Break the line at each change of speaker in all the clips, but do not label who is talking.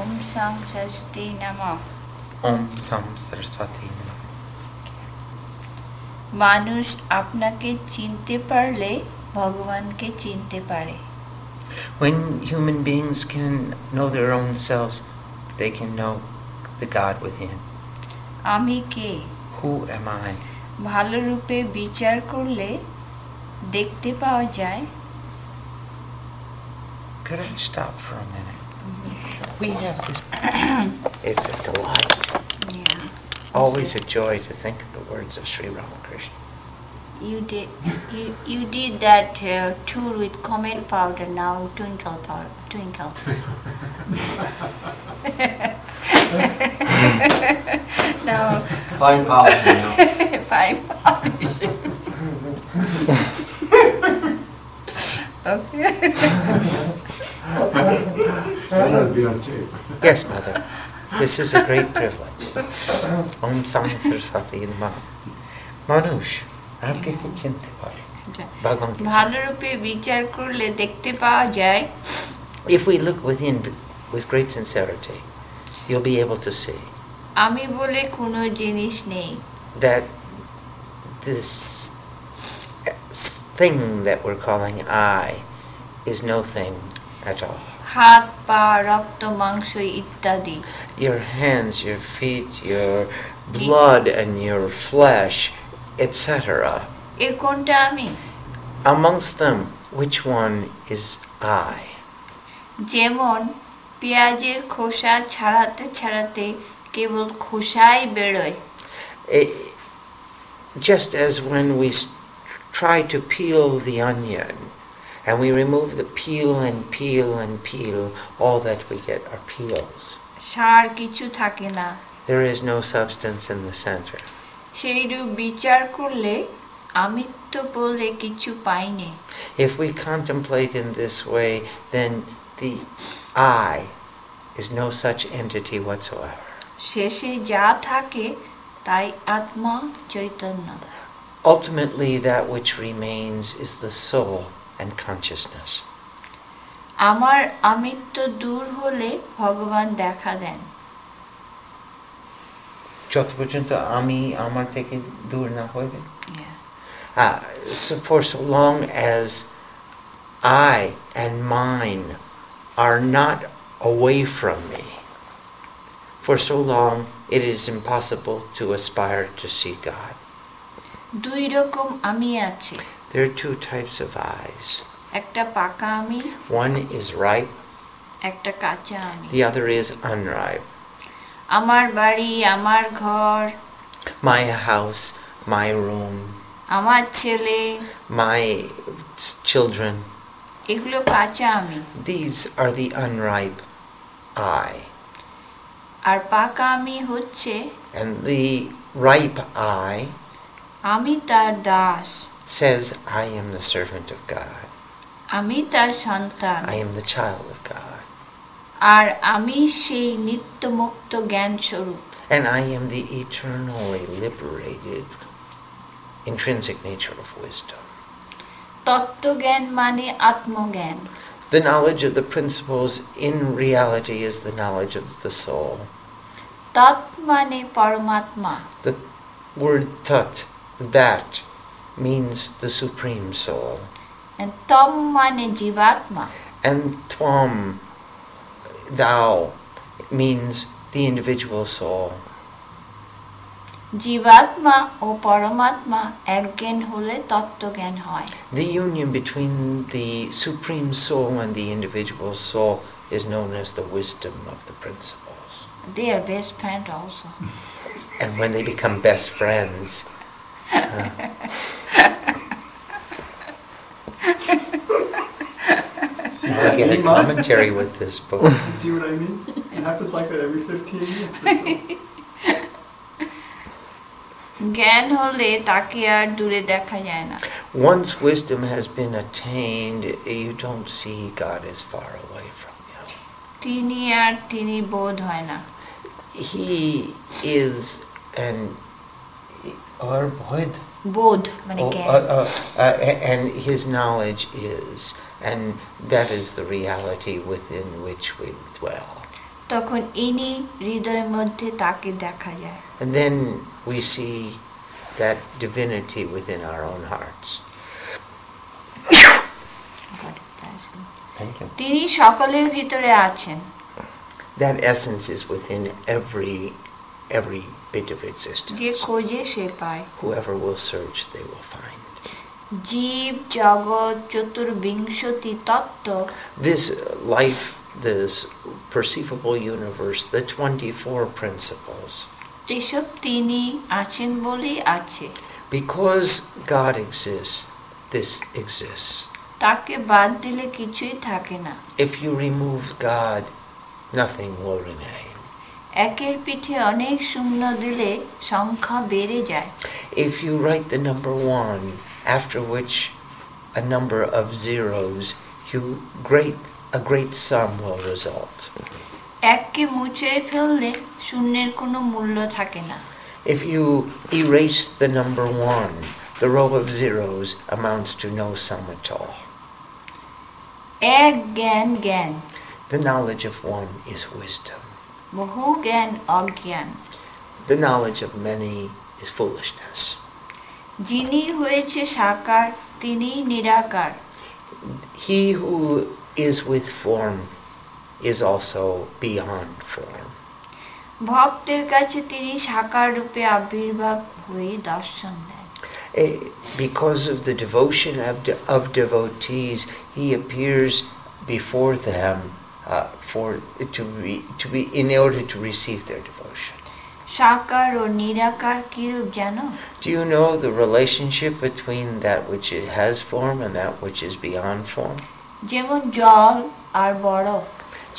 ओम सम सरस्वती नमः
ওম সম সরস্বতী নমঃ।
মানুষ আপনাকে চিনতে পারলে ভগবানকে চিনতে পারে
When human beings can know their own selves, they can know the God within.
আমি কে
Who am I?
ভালো রূপে বিচার করলে দেখতে পাওয়া যায়
Could I stop for a minute? We have this. it's a delight.
Yeah.
Always a joy to think of the words of Sri Ramakrishna.
You did you, you did that uh, tour with comet powder now twinkle powder twinkle. no.
Fine policy, no?
Fine policy.
That'll be on tape.
Yes, Mother. This is a great privilege. Om Sam Saraswati Namaha. Manush, aapke ko chinte pare. Bhagwan ke
ভালো রূপে বিচার করলে দেখতে পাওয়া যায়
chinte. If we look within with great sincerity, you'll be able to see
আমি বলে কোনো জিনিস নেই
that this thing that we're calling I is no thing at all.
হাত পা রক্ত মাংস ইত্যাদি
Your hands, your feet, your blood, and your flesh, etc.
এর কোনটা আমি
Amongst them, which one is I?
যেমন পেঁয়াজের খোসা ছাড়াতে ছাড়াতে কেবল খোসাই বেরোয়
It, just as when we s- try to peel the onion and we remove the peel and peel and peel, all that we get are peels.
সার কিছু থাকে না
There is no substance in the center.
সেইরূপ বিচার করলে আমিত্ব বলে কিছু পাইনি
If we contemplate in this way, then the I is no such entity whatsoever.
শেষে যা থাকে তাই আত্মা Chaitanya
Ultimately, that which remains is the soul and consciousness.
আমার আমিত্ব দূর হলে ভগবান দেখা দেন
যত পর্যন্ত আমি আমার থেকে দূর না হইবে Uh, so for so long as I and mine are not away from me, for so long it is impossible to aspire to see God.
দুই রকম আমি আছে
There are two types of eyes.
একটা পাকা আমি
One is ripe,
একটা কাঁচা আমি
the other is unripe.
আমার বাড়ি আমার ঘর
My house, my room,
আমার ছেলে
my s- children,
এগুলো কাঁচা আমি
these are the unripe I.
আর পাকা আমি হচ্ছে
And the ripe I
আমি তার Das
says, I am the servant of God.
আমি তার সন্তান
I am the child of God.
আর আমি সেই নিত্যমুক্ত জ্ঞান স্বরূপ
And I am the eternally liberated intrinsic nature of wisdom.
তত্ত্বজ্ঞান মানে আত্মজ্ঞান
The knowledge of the principles in reality is the knowledge of the soul.
তৎ মানে পরমাত্মা
The word tat, that, means the supreme soul.
and তম মানে জীবাত্মা
And twam, thou, means the individual soul.
জীবাত্মা ও পরমাত্মা এক জ্ঞান হলে তত্ত্বজ্ঞান হয়
The union between the supreme soul and the individual soul is known as the wisdom of the principles.
They are best friend also
And when they become best friends, I get a commentary with this book.
You see what I mean? It happens like that every 15 minutes. or so.
জ্ঞান হলে তাকে আর দূরে দেখা যায় না
Once wisdom has been attained, you don't see God as far away from you.
তিনি আর তিনি বোধ হয় না
He is an or void
বোধ মানে
Oh,
জ্ঞান
uh, uh, uh, a- and his knowledge is, and that is the reality within which we dwell.
তখন ইনি হৃদয়ের মধ্যে তাকে দেখা যায়
And then we see that divinity within our own hearts. Thank you.
তিনি সকলের ভিতরে আছেন
That essence is within every every bit of
যে
existence.
খোঁজে সে পায়
Whoever will search, they will find.
জীব জগৎ চতুর্বিংশতি তত্ত্ব
This life, this perceivable universe, the 24 principles.
এসব তিনি আছেন বলেই আছে
Because God exists, this exists.
তাকে বাদ দিলে কিছুই থাকে না
If you remove God, nothing will remain.
একের পিঠে অনেক শূন্য দিলে সংখ্যা বেড়ে যায়
If you write the number one, after which a number of zeros, you great a great sum will result.
এককে মুছে ফেললে শূন্যের কোনো মূল্য থাকে না
If you erase the number one, the row of zeros amounts to no sum at all.
এক জ্ঞান জ্ঞান
The knowledge of one is wisdom.
বহু জ্ঞান অজ্ঞান
The knowledge of many is foolishness.
যিনি হয়েছে সাকার তিনি নিরাকার
He who is with form is also beyond form.
ভক্তের কাছে তিনি সাকার রূপে আবির্ভাব হয়ে দর্শন দেন
Eh, Because of the devotion of, de- of devotees, he appears before them uh, for to be, to be in order to receive their devotion.
সাকার ও নিরাকার কিরূপ জানো
Do you know the relationship between that which it has form and that which is beyond form?
যেমন জল আর বরফ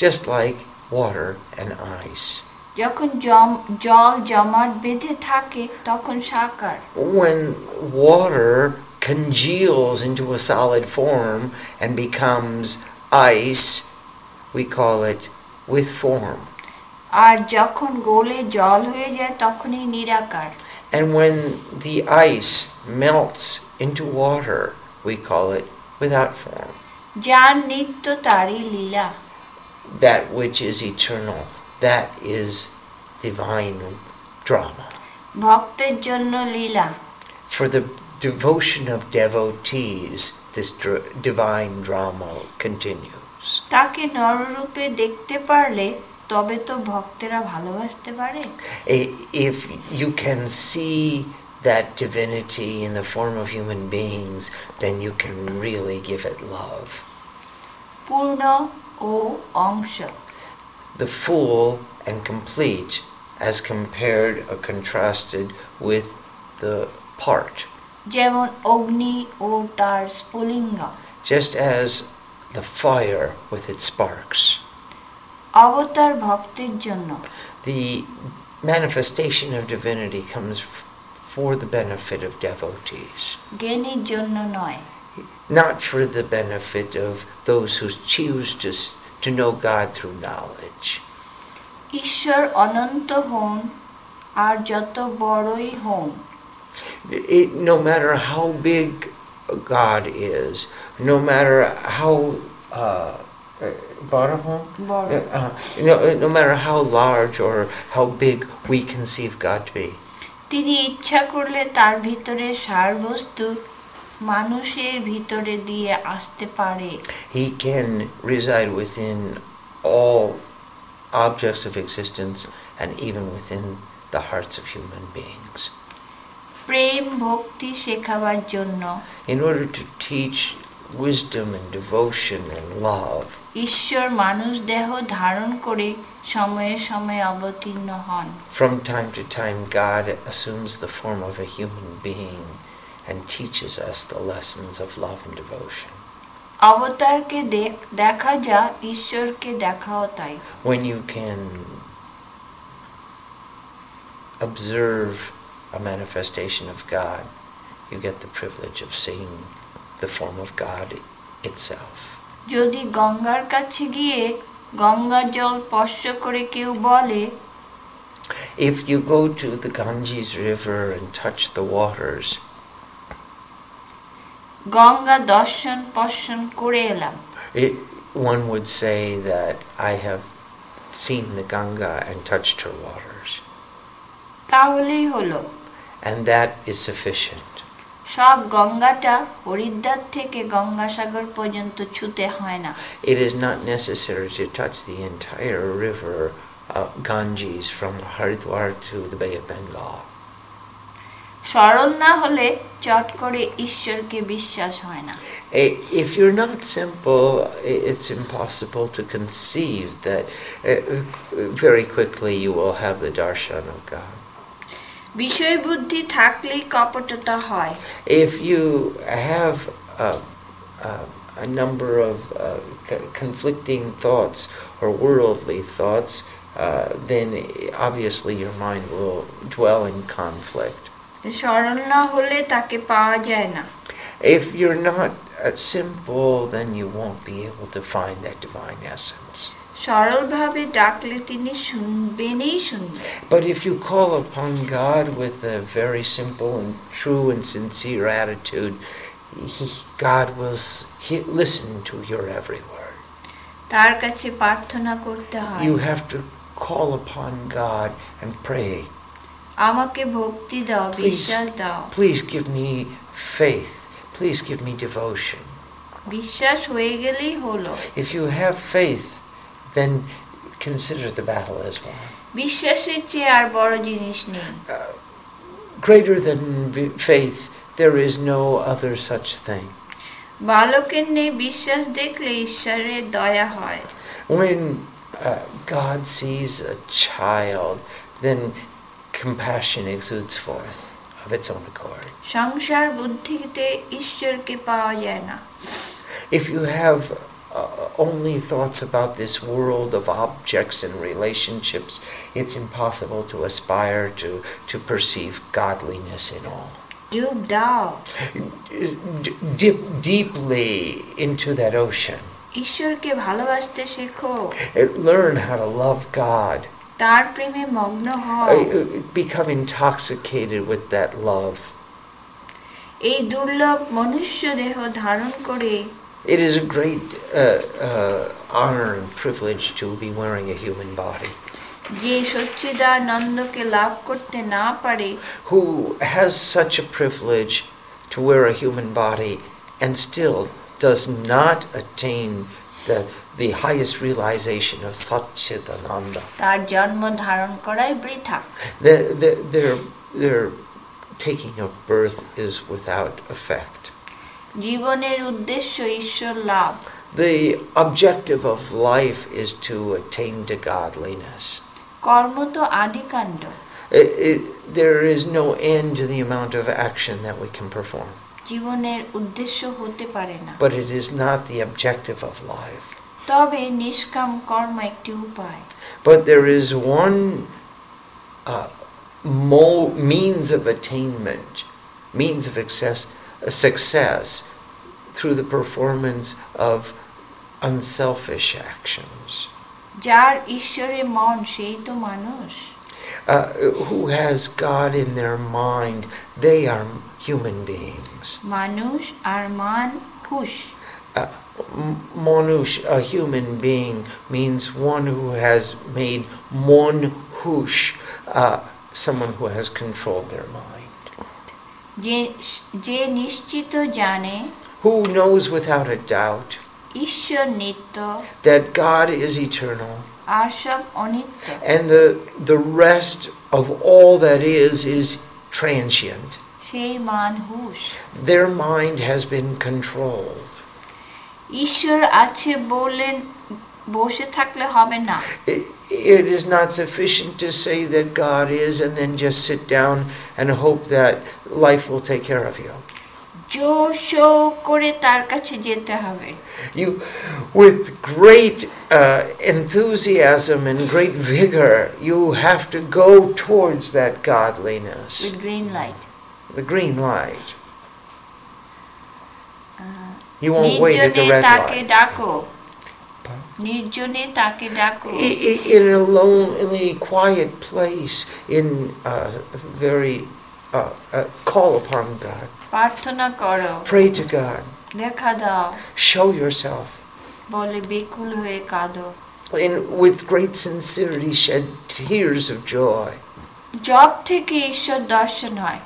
Just like water and ice.
যখন জম জল জমাট বেঁধে থাকে তখন সাকার
When water congeals into a solid form and becomes ice, we call it with form.
আর যখন গোলে জল হয়ে যায় তখনই নিরাকার
And when the ice melts into water, we call it without form.
যার নিত্য তারই লীলা
That which is eternal, that is divine drama.
ভক্তের জন্য লীলা
For the devotion of devotees, this dr- divine drama continues.
তাকে নররূপে দেখতে পারলে তবে তো ভক্তেরা ভালোবাসতে পারে
I- If you can see that divinity in the form of human beings, then you can really give it love.
পূর্ণ ও অংশ
the full and complete as compared or contrasted with the part.
যেমন অগ্নি ও তার স্ফুলিঙ্গ
Just as the fire with its sparks.
অবতার ভক্তের জন্য
The manifestation of divinity comes f- for the benefit of devotees,
জ্ঞানীর জন্য নয়
not for the benefit of those who choose to, s- to know God through knowledge.
ঈশ্বর অনন্ত হন আর যত বড়ই হন
it, no matter how big God is, no matter how uh, uh, powerful,
বড়
uh, no, no matter how large or how big we conceive God to be,
তিনি ইচ্ছা করলে তার ভিতরে সারবস্তু মানুষের ভিতরে দিয়ে আসতে পারে
He can reside within all objects of existence and even within the hearts of human beings.
প্রেম ভক্তি শেখাবার জন্য
In order to teach wisdom and devotion and love,
ঈশ্বর মানুষ দেহ ধারণ করে সময়ে সময়ে অবতীর্ণ হন
From time to time, God assumes the form of a human being and teaches us the lessons of love and devotion.
অবতারকে দেখ- দেখা যা ঈশ্বরকে দেখাও তাই
When you can observe a manifestation of God, you get the privilege of seeing the form of God itself.
যদি গঙ্গার কাছে গিয়ে গঙ্গা জল স্পর্শ করে কেউ বলে
If you go to the Ganges River and touch the waters,
Ganga দর্শন পর্শন করে এলাম
it, one would say that I have seen the Ganga and touched her waters.
তাহলেই হলো
And that is sufficient.
সব গঙ্গাটা হরিদ্বার থেকে গঙ্গাসাগর পর্যন্ত ছুতে হয় না
It is not necessary to touch the entire river of Ganges from Haridwar to the Bay of Bengal.
সরল না হলে চট করে ঈশ্বরকে বিশ্বাস হয় না
I- If you're not simple, i- it's impossible to conceive that uh, very quickly you will have the darshan of God.
বিষয় বুদ্ধি থাকলেই কপটতা হয়
If you have uh, uh, a number of uh, co- conflicting thoughts or worldly thoughts, uh, then obviously your mind will dwell in conflict.
সরল না হলে তাকে পাওয়া যায় না
If you're not uh, simple, then you won't be able to find that divine essence.
সরলভাবে ডাকলে তিনি শুনবেনই শুনবেন
But if you call upon God with a very simple and true and sincere attitude, he, God will s- he, listen to your every word.
তার কাছে প্রার্থনা করতে হয়
You have to call upon God and pray.
আমাকে ভক্তি দাও
Please,
বিশ্বাস দাও
please give me faith. Please give me devotion.
বিশ্বাস হয়ে গেলেই হলো
If you have faith, then consider the battle as won. Uh,
বিশ্বাসের চেয়ে আর বড় জিনিস নেই
Greater than v- faith, there is no other such thing.
বালকের নেই বিশ্বাস দেখলে ঈশ্বরের দয়া হয়
When uh, God sees a child, then compassion exudes forth of its own accord.
সংসার বুদ্ধিতে ঈশ্বরকে পাওয়া যায় না
If you have uh, only thoughts about this world of objects and relationships, it's impossible to aspire to, to perceive godliness in all.
ডুব দাও
D- dip deeply into that ocean.
ঈশ্বরকে ভালোবাসতে শেখো
Uh, Learn how to love God.
তার প্রেমে মগ্ন
Uh,
হও
uh, Become intoxicated with that love.
এই দুর্লভ মনুষ্য দেহ ধারণ করে
It is a great uh, uh, honor and privilege to be wearing a human body.
যে সচ্চিদানন্দকে লাভ করতে না পারে
Who has such a privilege to wear a human body and still does not attain the, the highest realization of Satchitananda?
তার জন্ম ধারণ করাই বৃথা
The, the, their, their taking of birth is without effect.
জীবনের উদ্দেশ্য ঈশ্বর লাভ
The objective of life is to attain to godliness.
কর্ম তো আদিকাণ্ড
It, it, there is no end to the amount of action that we can perform,
জীবনের উদ্দেশ্য হতে পারে না
but it is not the objective of life.
তবে নিষ্কাম কর্ম একটি উপায়
But there is one uh, mo- means of attainment, means of access, uh, success through the performance of unselfish actions.
যার ঈশ্বরে মন সেই তো মানুষ
Uh, who has God in their mind, they are human beings.
মানুষ আর মান হুশ
Uh, m- Monush, a human being, means one who has made monhush, uh, someone who has controlled their mind.
যে যে নিশ্চিত জানে
Who knows without a doubt
ঈশ্বর নিত্য
that God is eternal
আর সব অনিত্য
and the, the rest of all that is is transient.
সেই মান হুশ
Their mind has been controlled.
ঈশ্বর আছে বলেন বসে থাকলে হবে না
I it is not sufficient to say that God is and then just sit down and hope that life will take care of you.
জো শো করে তার কাছে যেতে হবে
You, with great uh, enthusiasm and great vigor, you have to go towards that godliness,
with green light
the green light. You won't wait at the
নির্জনে
red
তাকে
light.
ডাকো
Pardon?
নির্জনে তাকে ডাকো
I- i- In a lonely, quiet place, in uh, very uh, uh, call upon God,
প্রার্থনা করো
pray to God,
দেখা দাও
show yourself.
বলে বেকুল হয়ে কাঁদো
and with great sincerity shed tears of joy
জব থেকে ঈশ্বর দর্শন হয়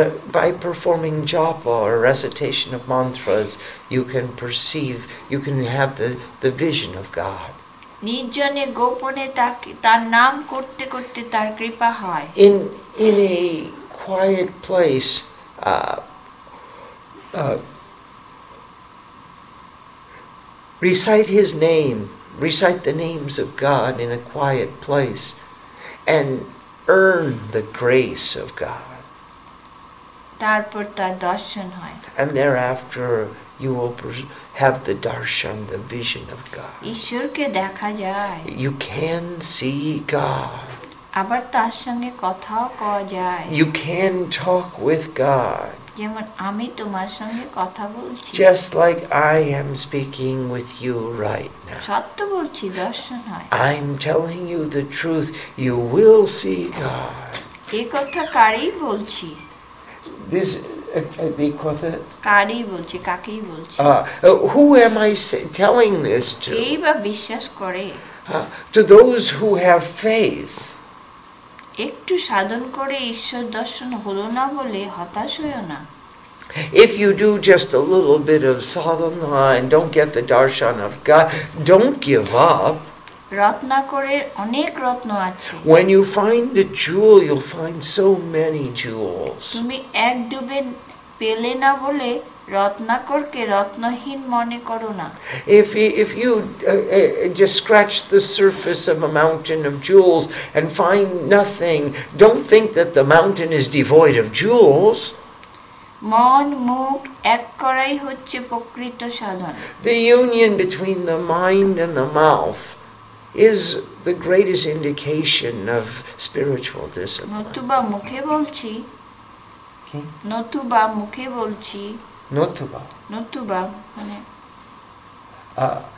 Uh, by performing japa or recitation of mantras, you can perceive, you can have the, the vision of God.
নির্জনে গোপনে তাকে তার নাম করতে করতে তার কৃপা হয়
In, in a quiet place, uh, uh, recite His name, recite the names of God in a quiet place, and earn the grace of God.
তারপর তার দর্শন হয়
And thereafter, you will pers- have the darshan, the vision of God.
ঈশ্বরকে দেখা যায়
You can see God.
আবার তার সঙ্গে কথাও কওয়া যায়
You can talk with God,
যেমন আমি তোমার সঙ্গে কথা বলছি
just like I am speaking with you right now.
সত্য বলছি দর্শন হয়
I'm telling you the truth. You will see God.
এ কথা কারেই বলছি
This, uh, uh, they call that-
কারই বলছি কাকেই বলছি
uh, uh, who am I sa- telling this
কেই
to?
বা বিশ্বাস করে
Uh, to those who have faith.
একটু সাধন করে ঈশ্বর দর্শন হলো না বলে হতাশ হইও না
If you do just a little bit of sadhana and don't get the darshan of God, don't give up.
রত্নাকরের অনেক রত্ন আছে
When you find the jewel, you'll find so many jewels.
তুমি এক ডুবে পেলে না বলে রত্নাকরকে রত্নহীন মনে করো না
If you, if you uh, uh, just scratch the surface of a mountain of jewels and find nothing, don't think that the mountain is devoid of jewels.
মন মুখ এক করাই হচ্ছে প্রকৃত সাধন
The union between the mind and the mouth is the greatest indication of spiritual discipline.
নতুবা মুখে বলছি
Okay.
নতুবা মুখে বলছি
Not to go.
নতুবা মানে
Uh,